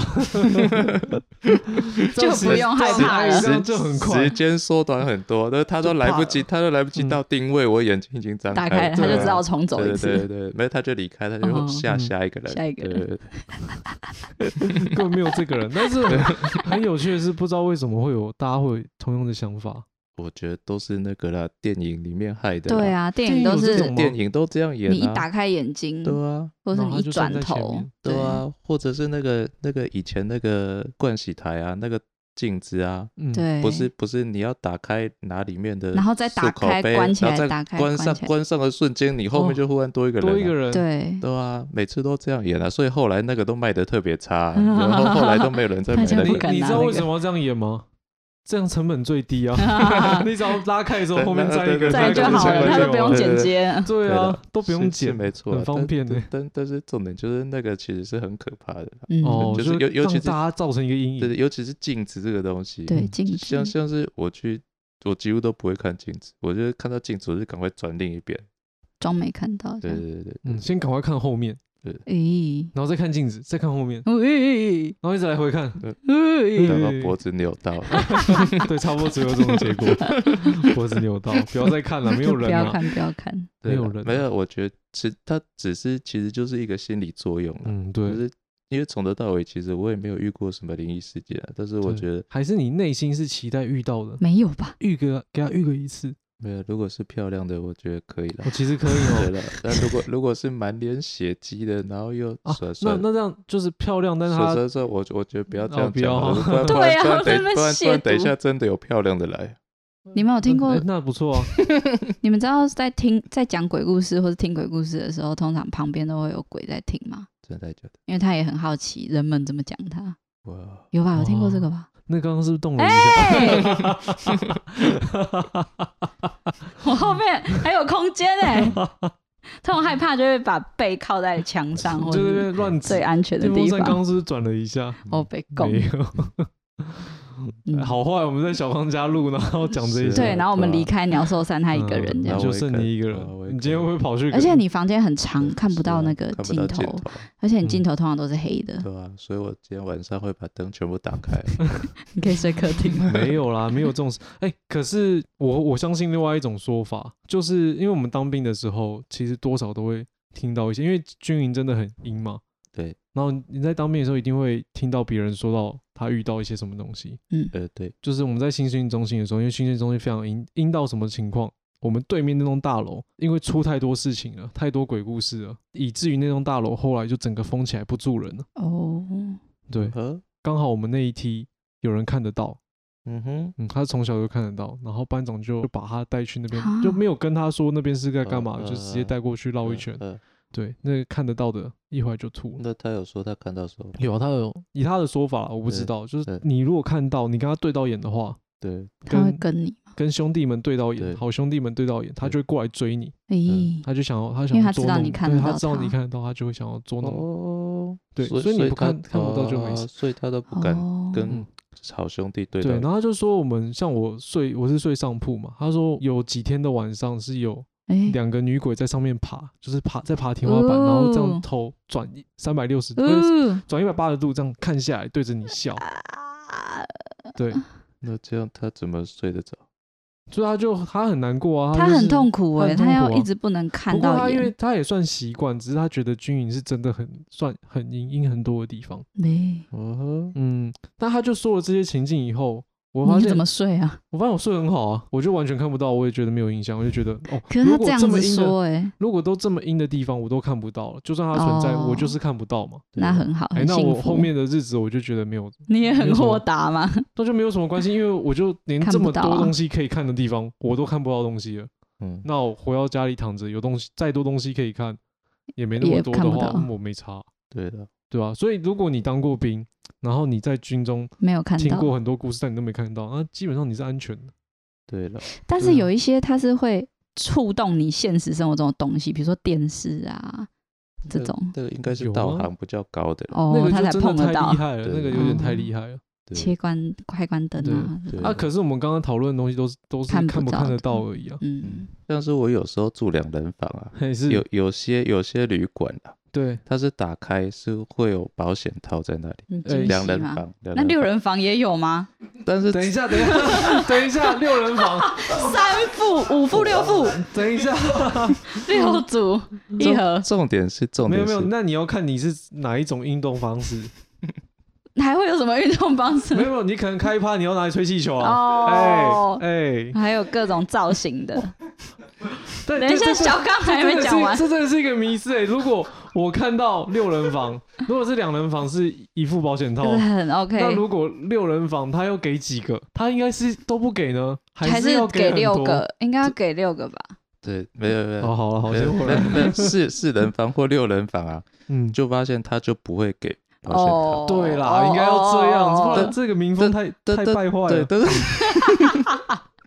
C: 就不用害怕了
B: 这样就很快
A: 时。间缩短很多，但是他都
B: 就
A: 来
B: 怕
A: 不及，
B: 了
A: 他都来不及
B: 嗯
A: 到定位，我眼睛已经张
C: 打
A: 开
C: 开
A: 了，
C: 了，他就
A: 对啊
C: 知道重走一
A: 对
C: 次。
A: 对对对，没有他就离开，他
C: 哦
A: 就下
B: 嗯
A: 下一个人，
C: 下一个
A: 对
C: 人
A: 对对
B: 根本没有这个人。但是
A: *laughs*
B: 很有趣的是，不知道为什么会有大家会有同样的想法。
A: 我觉得都是那个啦，电影里面害的，
C: 对，啊，
B: 电
C: 电影
B: 影有
C: 都
B: 这
C: 是
B: 种吗
A: 电影都这样演啊，
C: 你一打开眼睛，
A: 对啊，
C: 或者
B: 然
C: 你
B: 后
C: 一
B: 他就站
C: 转
B: 在前
C: 头
B: 面，
A: 对，啊，或者是那个那个以前那个盥洗台啊，那个镜子啊，
B: 嗯，
C: 对，
A: 不是不是，你要打开拿里面的漱口杯，
C: 哎然后再打开关起来
A: 然后再
C: 打开
A: 关
C: 关
A: 上
C: 起来
A: 关上的瞬间，你后
B: 哦
A: 面就忽然多一个人、啊，
B: 多一个人，
C: 对，
A: 对啊，每次都这样演啊，所以后来那个都卖的特别差、啊
C: *laughs*
A: 然后后来都没有人再买
C: 大家
A: 那
C: 不
A: 个。
C: 敢
B: 你你
C: 拿
B: 知道
C: 那
B: 为
C: 个
B: 什么要这样演吗？这样成本最低啊！
C: *laughs*
B: *laughs* 你只要拉开的时候，
A: 对
B: 后面
A: 那
B: 再一个，
A: 对
C: 再
A: 对
C: 就
A: 对
C: 好了，
A: 对
C: 他
A: 对
C: 都不用
A: 对
C: 剪
A: 对
C: 接。
B: *laughs* 对啊
A: 的，
B: 都不用
A: 是是
B: 剪，
A: 没错啊，
B: 很方
A: 但
B: 便欸
A: 但但但是重点就是那个其实是很可怕的啦，
C: 嗯，
B: 哦，
A: 就是尤尤其
B: 让
A: 是
B: 大家造成一个阴
A: 对，
B: 影。
A: 尤其是镜子这个东西，
B: 嗯
C: 对，镜
A: 像
C: 子，
A: 像是我去，我几乎都不会看镜子，我就是看到镜子我就赶快转另一边。
C: 装没看到这
A: 对
C: 样。
A: 对对对，
B: 嗯，先赶快看后面，
C: 咦，
B: 然后再看镜子，再看后
A: *laughs*
B: 面，
C: 喂
B: 然后一直来回看。
C: 喂，
A: 然
B: 对
A: 后脖子扭到了，
B: 对，差不多只有这种结
A: *laughs*
B: 果，脖子扭到，不要再看 *laughs* 了，没有
C: 不
B: 人啊
C: 要
B: 了。
C: 看，不要看，
A: 对
B: 没有
A: 啦
B: 人
A: 没
B: 啊
A: 有，我觉得其实它只是其实就是一个心理作用啦，
B: 嗯，
A: 就
B: 对，
A: 是因为从头到尾其实我也没有遇过什么灵异事件啊，但是我
B: 对
A: 觉得
B: 还是你内心是期待遇到的，
C: 没有 *laughs* 吧？
B: 预个给他预个一次，
A: 没有，如果是漂亮的，我觉得可以了
B: 我。其实可以
A: *laughs* 对
B: 哦。
A: 了，但如果如果是满脸血迹的，然后又
B: 啊
A: 甩，
B: 那
A: 甩。
B: 那这样就是漂亮，但是
A: 甩
B: 他
A: 甩甩，我我觉得不要这
B: 哦
A: 样
B: 不
A: 讲
B: 要
A: 好
B: *laughs*
A: 了，不然不
C: 对
A: 然
C: 啊
A: 不然
C: 我在那
A: 等
C: 边
A: 不然不然
C: 亵
A: 等一
C: 渎
A: 下真的有漂亮的来，
C: 你们有听过
B: 哎？那不错啊，
C: 你们知道在听在讲鬼故事或者听鬼故事的时候，通常旁边都会有鬼在听吗？
A: 真的假的？
C: 因为他也很好奇人们怎么讲他，
A: 哇，
C: 有吧？有听过这
B: 哦
C: 个吧？
B: 那刚刚是不是动了一下？
C: *laughs* 哎，我后面还有空间哎、 *laughs* 他们害怕就会把背靠在墙上，或
B: *laughs* 就
C: 者
B: 在那
C: 是
B: 边乱指
C: 最。安全的
B: 电风
C: 地
B: 扇刚
C: 方。
B: 刚是不是转了一下？
C: 哦，被拱
B: 嗯没。有，*laughs*
C: 嗯
B: 好啊坏我们在小芳家录，然后讲这一
A: 是
B: 些，
C: 对，然后我们离开鸟兽山，他一个人这
B: 嗯
C: 样
A: 嗯。
B: 就剩你一个人
A: 啊我也可以啊我也可以。
B: 你今天会不会跑去？
C: 而且你房间很长，
A: 对
C: 看不
A: 是
C: 到
A: 啊
C: 那个
A: 看不
C: 镜
A: 到
C: 头
A: 镜，头，
C: 而且你镜头通常都是黑
B: 嗯
C: 的，
A: 对啊，所以我今天晚上会把灯全部打
B: *laughs*
A: 开。
C: *laughs* 你可以睡客厅。
B: 没有啦，没有这种事。哎、可是我我相信另外一种说法，就是因为我们当兵的时候，其实多少都会听到一些，因为军营真的很阴嘛。
A: 对。
B: 然后你在当兵的时候，一定会听到别人说到他遇到一些什么东西。
A: 呃，对，
B: 就是我们在新训中心的时候，因为新训中心非常阴阴到什么情况？我们对面那栋大楼，因为出太多事情了，太多鬼故事了，以至于那栋大楼后来就整个封起来不住人了。
C: *laughs* 哦，
B: 对，
A: 呃，
B: 刚好我们那一梯有人看得到，
A: 嗯哼，
B: 嗯，他从小就看得到，然后班长就就把他带去那边
C: 啊，
B: 就没有跟他说那边是在干嘛，
A: 嗯嗯
B: 就直接带过去绕一圈。
A: 呃，呃
B: 对，那个看得到的，一会儿就吐了。
A: 那他有说他看到什么？
B: 有啊，他有以他的说法，我不知
A: 对
B: 道，就是
A: 对
B: 你如果看到，你跟他对到眼的话，
A: 对，
C: 他会
B: 跟
C: 跟你吗？
B: 跟兄弟们对到眼，
A: 对
B: 好兄弟们对到眼，他就会过来追你，
C: 咦，
B: 他就想要他
C: 因为
B: 想
C: 他
B: 要
C: 知
B: 捉
C: 道
B: 弄
C: 你看
B: 对
C: 得
B: 他
C: 到
B: 知道你
C: 他
B: 看得到，他就会想要捉弄。
A: 哦，
B: 对所以你
A: 他
B: 不看看不到就没事嗯
A: 哦所以他都不敢
C: 哦，
A: 跟好兄弟对
B: 对，
A: 到
B: 然后他就说我们像我睡我是睡上铺嘛，他说有几天的晚上是有
C: 哎，
B: 两个女鬼在上面爬，就是爬在爬天花板，
C: 哦
B: 然后这样头转三百六十度，
C: 呃
B: 转一百八十度这样看下来，对着你笑。
C: 啊
B: 对，
A: 那这样他怎么睡得着？
B: 所以他就他很难过啊，
C: 他
B: 就是
C: 很痛苦
B: 他
C: 哎、
B: 很痛
C: 他要
B: 苦啊
C: 一直不能看
B: 不过
C: 到
B: 他因为
C: 眼，
B: 他也算习惯，只是他觉得军营是真的很算很阴阴很多的地方。
C: 没，
A: 哦，
B: 嗯，那他就说了这些情境以后，我发
C: 你
B: 现
C: 怎么睡啊？
B: 我发现我睡得很好啊，我就完全看不到，我也觉得没有印象，我就觉得哦，
C: 可是他
B: 如果
C: 这样
B: 这么
C: 子
B: 阴的，
C: 说哎、
B: 如果都这么阴的地方我都看不到了，就算它存在，
C: 哦
B: 我就是看不到嘛。
C: 那很好，
B: 哎、
C: 很
B: 那
C: 幸
B: 我
C: 福。嗯
B: 后面的日子我就觉得没有，
C: 你也
B: 没有
C: 很
B: 什么
C: 豁达嘛，
B: 那就没有什么关系，因为我
C: *laughs*
B: 就连
C: 看
B: 这
C: 不
B: 么
C: 到
B: 多
C: 啊
B: 东西可以看的地方我都看不到东西了。
A: 嗯，
B: 那我回到家里躺着，有东西再多东西可以看，也没那
C: 也
B: 么多
C: 看
B: 的
C: 不
B: 话，
C: 到
B: 嗯我没差，
A: 对的，
B: 对吧、所以如果你当过兵，然后你在军中
C: 没有看
B: 听
C: 到。
B: 过很多故事，但你都没看到，那基本上你是安全的。
A: 对了，
C: 但
B: 对
C: 是
B: 啊
C: 有一些它是会触动你现实生活中的东西，比如说电视啊这
A: 那
C: 种，
A: 这个应该是
B: 有
A: 导
B: 啊
A: 航比较高的了，
B: 那
C: 哦，他
B: 个
C: 才
B: 就
C: 碰
B: 真的太
C: 得到
B: 厉害了，
A: *laughs* 对
B: 那个有点太
C: 嗯
B: 厉害了。
A: 对
C: 切关开关灯啊这
A: 对
C: 种，
B: 啊，可是我们刚刚讨论的东西都是都是
C: 看
B: 看
C: 不
B: 不
C: 到
B: 看得
C: 的
B: 到而已
A: *laughs*
B: 啊，
C: 嗯，
A: 像是我有时候住两人房啊，
B: 还是
A: 有有些有些旅馆啊， *laughs*
B: 对
A: 它是打开是会有保险套在那里，
C: 你
B: 呃
C: 惊
A: 两
C: 喜
A: 人
C: 吗
A: 房，两
C: 那六
A: 人
C: 人房也
B: *laughs*
C: 有吗？
A: 房，但是
B: 等一下，等一下，等一下，六人房，
C: 三副、五副、六副、
B: 等一下，
C: *laughs* 六
B: 嗯
C: 组一盒，
A: 重点是重
B: 没
A: 点
B: 有
A: 是
B: 没有，那你要看你是哪一种运动方
C: *laughs*
B: 式，
C: 还会有什么运动方式
B: 没？有没有，你可能开趴你要拿来吹气球啊，哎
C: 哦，
B: 哎，
C: 还有各种造型的。
B: 对
C: 等一下，小刚还没讲完。
B: 这真的是一个迷思哎。如果我看到六人房，如果是两人房是一副保险套
C: 就，是很
B: 那
C: OK，
B: 如果六人房他要给几个？他应该是都不给呢，
C: 还
B: 是要
C: 给
B: 很
C: 六
B: 多？
C: 个，应该要给六个吧？
A: 对，没有没有。
B: 哦，好
A: *laughs*
B: 了，好，
A: 没有
B: 先回
A: 没有
B: 来。
A: 没有四四人房或六人房啊，
B: 嗯
A: 你，就发现他就不会给保险套。
C: 哦，
B: 对啦，应该要这样，不然
C: 哦
B: 这个民风太
A: 这
B: 太
A: 这
B: 败坏
A: 对，
B: 了。
A: 但是 *laughs*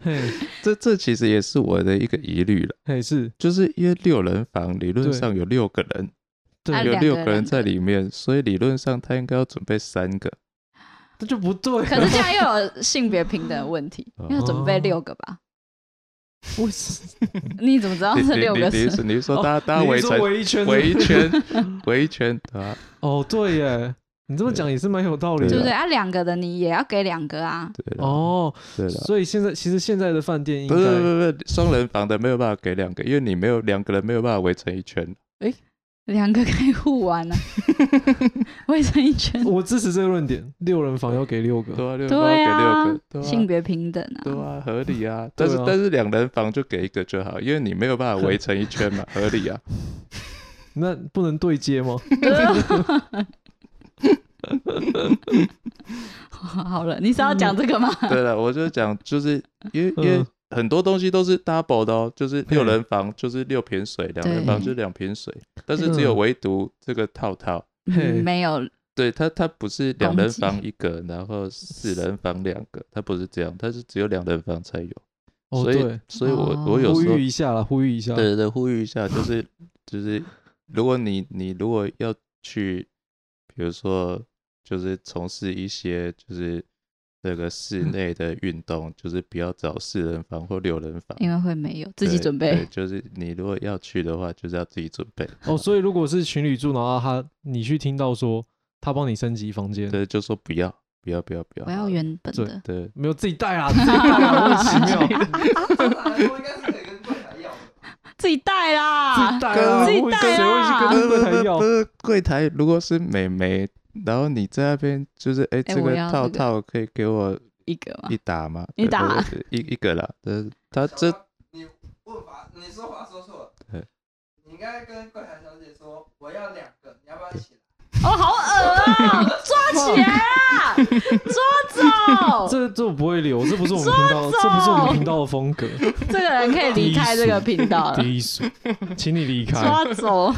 B: 嘿，
A: 这这其实也是我的一个疑虑了，
B: 嘿是，
A: 就是因为六人房理论
B: 对
A: 上有六个人，有
B: 对，
C: 啊两
A: 六
C: 个
A: 个人
C: 人
A: 在里面，所以理论上他应该要准备三个。
B: 这就不对
C: 可
B: 了。 *laughs*
C: 是这样又有性别平等的问题
A: 哦，
C: 要准备六个吧？
B: 为什嗯
C: 你怎么知道
A: 你
C: 是
A: 你
C: 六
A: 你
C: 个 *laughs*
A: 你
C: 是
A: 是？啊你是说
B: 哦
A: 大 *laughs* 家大家
B: 你
A: 围
B: 是说
A: 成
B: 围一圈是
A: 围一圈 *laughs* 围一圈啊？
B: 哦，对耶，你这么讲也是蛮有道理
C: 对
A: 对
C: 不对
B: 的。
C: 啊？两个的你也要给两个啊，
A: 对了，
B: 哦，
A: 对了。
B: 所以现在其实现在的饭店应
A: 不是不
B: 该，
A: 是不是，双人房的没有办法给两个，因为你没有两个人没有办法围成一圈。
C: 两个可以互玩
B: *laughs*
C: 啊，围成一圈。
B: 我支持这个论点，六人房要给六个。
A: 对啊，六个
C: 对
A: 要给
C: 啊
A: 六个，对，啊
C: 性别平等
A: *laughs* 对
C: 啊，
A: 啊，合理啊。但是、
B: 对啊
A: 但是两人房就给一个就好，因为你没有办法围成一圈 *laughs* 嘛，合理啊。
B: 那不能对接吗？
C: 啊
B: 啊
C: *laughs* 好了，你是要讲这个吗？
A: 对了，我就讲就是因为因为
B: 嗯。
A: 很多东西都是 double 的哦，就是六人房就是六瓶水，两人房
C: 对
A: 就是两瓶水，但是只有
B: 嗯
A: 唯独这个套套，
B: 嘿
C: 嗯没有，
A: 对它它不是两
C: 攻
A: 人
C: 击
A: 房一个，然后四人房两个，它不是这样，它是只有两人房才有。
B: 哦，
A: 所以
B: 对，
A: 所以我
C: 哦
A: 我有
B: 呼
A: 时候
B: 吁一下啦，呼吁一下。
C: 啊
A: 对对对，呼吁一下，就是就是，如果你你如果要去，比如说就是从事一些就是这个室
C: 嗯
A: 内的运动，就是不要找四人房或六人房，
C: 因为会没有，自己
A: 对
C: 准
A: 对
C: 备。
A: 就是你如果要去的话，就是要自己准备。
B: 哦，所以如果是情侣住，然后他你去听到说他帮你升级房间，
A: 对，就说不要不要不要不要，
C: 我要原本
B: 对
C: 的，
A: 对
B: 没有自己带
A: *laughs*
B: 啊，自己带啊，莫名其妙，
C: 自己
B: *laughs*
C: 带
B: 自
C: 啦
B: 己。带啊，
C: 自己带
B: 谁
C: 啊
B: 会去跟柜台要
A: 不？是柜台，如果是美眉，然后你在那边就是哎、这
C: 我
A: 个
C: 要
A: 套
C: 这个
A: 套可以给我
C: 一个嘛，
A: 一打嘛，
C: 一
A: 对
C: 打
A: 对对一一个啦，呃，他这
D: 你问法，你说话说错了
A: 对。
D: 你应该跟柜台小姐说，我要两个，你要不要一起来？
C: 哦，好恶啊！抓起来啊！抓走！
B: 这这我不会留，这不是我们频道，这不是我们频道的风格，
C: 这个人可以离开这个频道
B: *laughs*
C: 了。
B: 低
C: *laughs*
B: 俗，请你离开，
C: 抓走，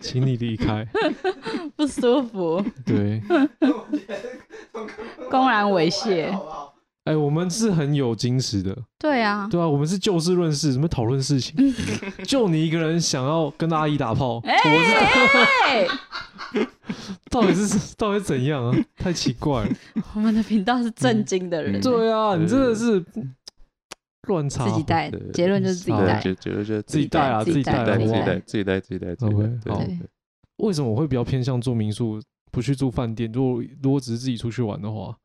B: 请你离开，
C: 不舒服，
B: 对，
C: 公然猥亵。
D: 好不好？
B: 哎，我们是很有矜持的，
C: 对啊，
B: 对啊，我们是就事论事，怎么讨论事情？ *laughs* 就你一个人想要跟阿姨打炮，
C: 嗯哎哎，哎
B: 到底是到底是怎样啊？太奇怪了，
C: 我们的频道是正经的
A: 嗯，
C: 人 *laughs*
B: 对啊，你真的是乱查
C: 自己带
A: 对，
C: 结论就是自己
A: 对
C: 带。
A: 结结论就是
B: 自己带啊，
C: 自己
B: 己
C: 带
A: 带自
B: 啊
C: 自
A: 己
C: 己
B: 我
A: 带
C: 带
A: 自己带自己带自己
B: OK，
A: 带，
B: 好
A: 对对对
B: 为什么我会比较偏向住民宿，不去住饭店？如果如果只是自己出去玩的话，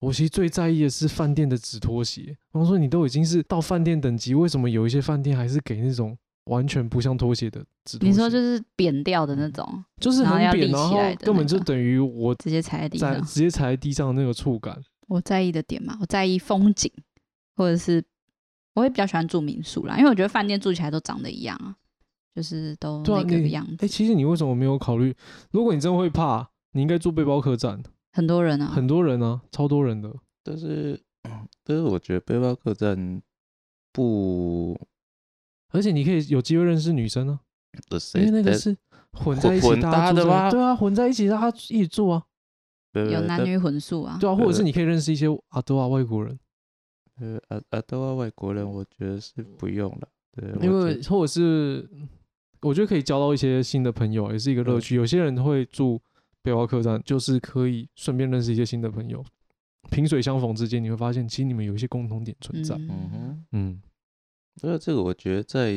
B: 我其实最在意的是饭店的纸拖鞋。我说你都已经是到饭店等级，为什么有一些饭店还是给那种完全不像拖鞋的纸拖鞋？
C: 你说就是扁掉的那种，
B: 就是
C: 然后
B: 很
C: 要
B: 扁，
C: 立
B: 然
C: 起
B: 后
C: 来的
B: 根
C: 那
B: 本就
C: 个
B: 等于我
C: 直接踩在地
B: 在
C: 上。
B: 直接踩在地上的那个触感。
C: 我在意的点嘛，我在意风景，或者是我会比较喜欢住民宿啦，因为我觉得饭店住起来都长得一样啊，就是都
B: 对啊
C: 那个
B: 你
C: 样子。
B: 哎、其实你为什么没有考虑？如果你真的会怕，你应该住背包客栈，
C: 很多人
A: 嗯
C: 啊，
B: 很多人啊，超多人的。
A: 但是但是我觉得背包客栈不
B: 而且你可以有机会认识女生啊，
A: 的
B: 因
A: 谁
B: 为那个
A: 但
B: 是混在一起
A: 混
B: 大家
A: 搭的
B: 住在
A: 吗
B: 对啊，混在一起大家一起住啊，
A: 不不
C: 有
A: 不
C: 男
A: 但
C: 女混宿啊，
B: 对啊，或者是你可以认识一些阿多啊外国人，
A: 呃啊啊都要外国人，我觉得是不用了。对，我
B: 因
A: 觉
B: 为
A: 得
B: 或者是我觉得可以交到一些新的朋友，也是一个乐趣。有些人会住背包客栈，就是可以顺便认识一些新的朋友，萍水相逢之间，你会发现其实你们有一些共同点存在。
A: 嗯
C: 嗯，
A: 哼，
B: 嗯，
A: 因为这个我觉得在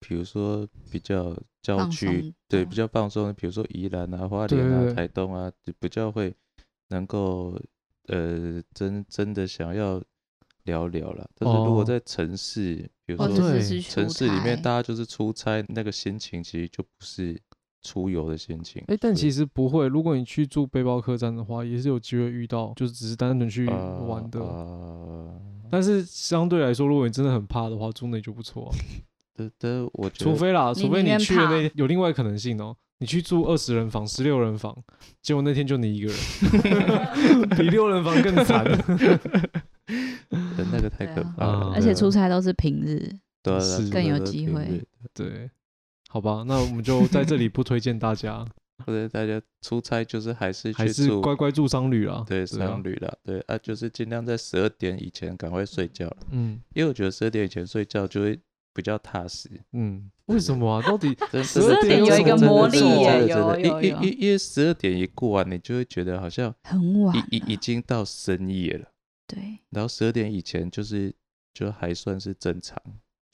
A: 比如说比较郊
C: 放
A: 区
C: 松，
A: 对
C: 到
A: 比较放松的，比如说宜兰啊、花
B: 嗯对
A: 莲
B: 对
A: 啊、
B: 对
A: 台东啊，就比较会能够呃真真的想要聊聊了。但是如
B: 哦
A: 果在城市，比如
C: 或
A: 说
B: 对
C: 者是是去
A: 城
C: 哦出
A: 市里面，
C: 差
A: 大家就是出差，那个心情其实就不是出游的心情。
B: 哎、但其
A: 实
B: 实不会，如果你去住背包客栈的话，也是有机会遇到，就是只是单纯
A: 啊
B: 去玩的。
A: 呃，
B: 但是相对来说，如果你真的很怕的话，住那就不错啊、
A: 但但我觉
B: 除
A: 得
B: 非啦，
C: 你
B: 除非
C: 宁愿
B: 去的那
C: 怕
B: 有另外可能性哦。你去住二十人房、十六人房，结果那天就你一个人，
C: *laughs*
B: 比六人房更惨。 *laughs*
A: 呃那个太
C: 对
A: 可
B: 嗯
C: 啊
A: 怕了，
C: 而且
A: 对啊
C: 出差都是平日，
A: 对啊
B: 是
A: 对
C: 更
A: 啊
C: 有
A: 对啊
C: 机
A: 对
C: 会
A: 对
B: 对，好吧，那我们就在这里不推荐
A: *laughs*
B: 大家，
A: 或者大家出差就是还是
B: 还
A: 去
B: 是
A: 住
B: 乖乖住商旅啦。
A: 对
B: 啊
A: 商旅了，对啊，就是尽量在十二点以前赶快睡觉了，
B: 嗯
A: 因为我觉得十二点以前睡觉就会比较踏
C: *laughs*
A: 实。
B: 嗯，为什么啊？
A: *laughs*
B: 到底
A: 真
B: 12点有一个魔力耶
A: 因
C: 有有有
A: 因因因为十二点一过完，你就会觉得好像
C: 很晚了，啊
A: 已已已经到深夜了，
C: 对，
A: 然后十二点以前就是就还算是正常，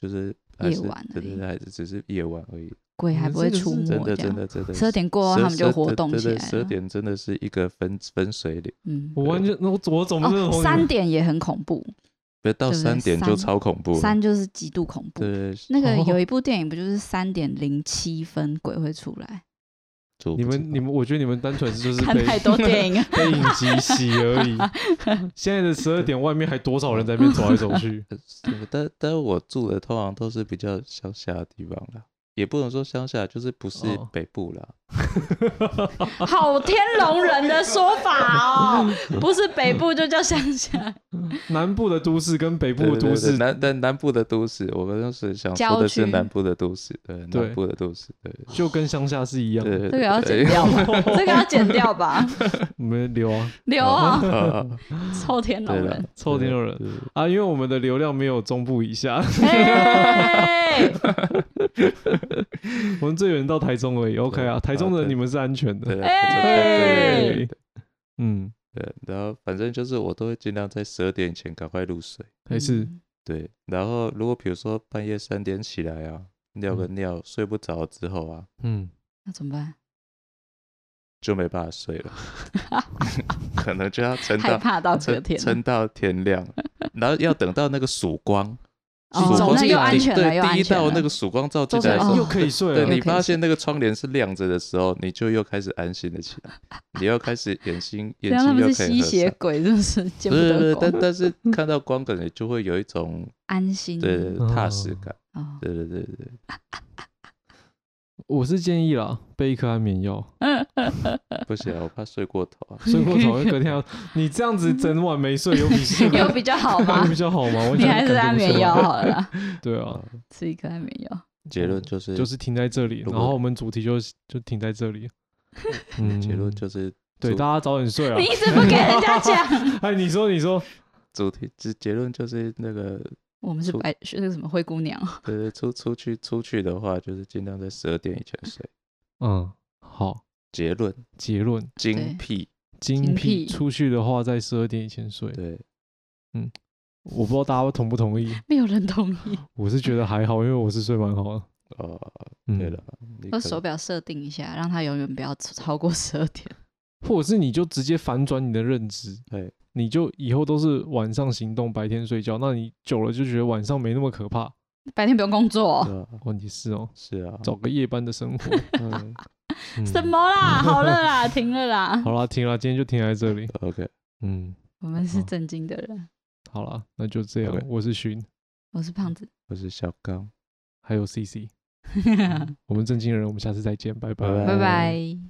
A: 就是还
C: 夜
A: 是
C: 晚
A: 对
C: 而
A: 对
C: 已
A: 对，还是只是夜晚而已，
C: 鬼还
B: 嗯
C: 不
B: 这
C: 会
B: 个
C: 出
B: 是
C: 没
A: 真的
C: 这
A: 真
C: 样。
A: 的真的
C: 十二点过后，他们就活动起来
A: 十二
C: 了。
A: 点真的是一个分分水岭，
C: 嗯，
B: 我完全我我怎么认
C: 哦，
B: 同
C: 三点也很恐怖，
A: 别到
C: 对不对
A: 三点就
C: 三
A: 超恐怖了。
C: 三就是极度恐怖。
A: 对，
C: 那个
B: 哦
C: 有一部电影不就是三点零七分鬼会出来？
A: 就
B: 你们你们，我觉得你们单纯是就是
C: 看
B: 被
C: 太多电影，
B: *laughs* 被影集洗而
C: *laughs*
B: 已。现在的十二点外面还多少人在那边走来走
C: *laughs*
B: 去？
A: 呃但但我住的通常都是比较乡下的地方啦，也不能说乡下，就是不是
B: 哦
A: 北部啦。
C: 好天龙人的说
A: *laughs*
C: 法哦，不是北部就叫乡下，
B: 南部的都市跟北部
A: 对对
B: 的都
A: 对
B: 市
A: 南但南部的都市，我们就是想
C: 郊
A: 说的是
C: 区
A: 南部的都市，对，
B: 对
A: 南部的都市，对
B: 就跟乡下是一样
A: 对。
B: 的，
C: 这个要
A: 对
C: 剪掉
A: *laughs*
C: 吧，这个要剪掉吧，
B: 我们留啊，
A: *laughs*
B: *laughs*
C: 留啊，
A: 啊
C: 臭天龙
A: 对了
C: 人，，
B: 臭天龙人
A: 对
B: 啊，因为我们的流量没有中部以下， *laughs*
C: 哎，
B: 我们最远到台中而已。OK 啊，
A: 对
B: 台中
A: 啊
B: 的
A: 对
B: 你们是安全的。
A: 对
C: 哎
A: 对对对
B: 嗯，
A: 对，然后反正就是我都会尽量在十二点前赶快入睡。
B: 还是
C: 嗯
A: 对，然后如果比如说半夜三点起来啊，尿个尿，睡不着之后啊，
B: 嗯，
C: 那怎么办？
A: 就没办法睡
C: *laughs*
A: 了，可能就要撑
C: 害
A: 到
C: 怕到隔
A: 撑
C: 天，
A: 撑到天亮，然后要等到那个曙光，曙
C: 哦
A: 光，
C: 那
A: 进
C: 又
A: 来
C: 安全了，
A: 对，
C: 又
A: 第
C: 安
A: 一
C: 全
A: 道
C: 了。
A: 那个曙光照进
B: 照起
A: 来
B: 来
A: 的时候
C: 哦
B: 又可以睡
A: 对
C: 又
A: 你
B: 了。
C: 可以
A: 发
C: 睡
A: 现那个窗帘是亮着的时候，你就又开始安心了起来，你又开始眼睛
C: 对
A: 眼
C: 啊，他
A: 睛
C: 们
A: 又
C: 是
A: 可以
C: 吸
A: 合
C: 血
A: 上。
C: 鬼，真的是见不
A: 对对对，
C: 得光，
A: 但但是
C: *laughs*
A: 看到光，可能就会有一种
C: 安心。
A: 对对对踏实
B: 哦
A: 感，
C: 哦，
A: 对对对对
B: 我是建议啦，备一颗安眠药，
A: 对，不行啊，我怕睡过
C: *laughs*
A: 头啊。
B: 睡过头会隔天要。你这样子整晚没睡，有比
C: *laughs*
B: 睡
C: 有比
B: *laughs*
C: 较好吗
A: *laughs*
B: 有比？较好吗？完
C: 你
B: 全
C: 还是
B: 感觉
C: 安
B: 不出
C: 眠
B: 来
C: 药。好了啦，
B: *laughs* 对啊，
C: 吃一颗安眠药。
A: 结论就是
B: 就是停在这
A: 嗯
B: 里，
A: 如
B: 然
A: 果
B: 后我们主题就就停在
A: *laughs*
B: 这里。嗯
A: 结论就是
B: 对，
A: 主
B: 大家早点睡啊
C: *laughs* 你。一直不给人家讲，
A: *laughs*
B: 哎，你说，你说，
A: 主题，结结论就是那个
C: 我们是
A: 出
C: 白是那个什么灰姑娘，
A: 对对，出出去出去的话，就是尽量在十二点以前睡。
B: 嗯，好，
A: 结论
B: 结论，
A: 精辟，
B: 精
C: 精
B: 辟。
C: 辟
B: 出去的话，在十二点以前睡。
A: 对，
B: 我不知道大家同不同意，
C: 没有人同意。
B: 我是觉得还好，因为我是睡蛮好的。
A: 哦，
B: 嗯，
A: 对了，你
C: 我
A: 可
C: 手表设定一下，让它永远不要超过十二点。
B: 或者是你就直接反转你的认知，
A: 对，
B: 你就以后都是晚上行动，白天睡觉，那你久了就觉得晚上没那么可怕。
C: 白天不用工作、
A: 对
B: *laughs*
A: 啊
B: 问题是哦，
A: 是啊，
B: 找个夜班的生
C: *laughs*
B: 活。
A: 嗯
B: 嗯
C: 什？么啦？好了啦，停了啦。
B: *laughs* 好啦，停了，今天就停在这里。
A: ，OK，
B: 嗯，
C: 我们是
B: 好
C: 正经的人，
B: 好啦，那就这样
A: OK。
B: 我是勋，
C: 我是胖子。
A: 我是小刚。
B: 还有嗯 CC，我们正经人，我们下次再见，拜
A: 拜
C: *laughs* 拜拜。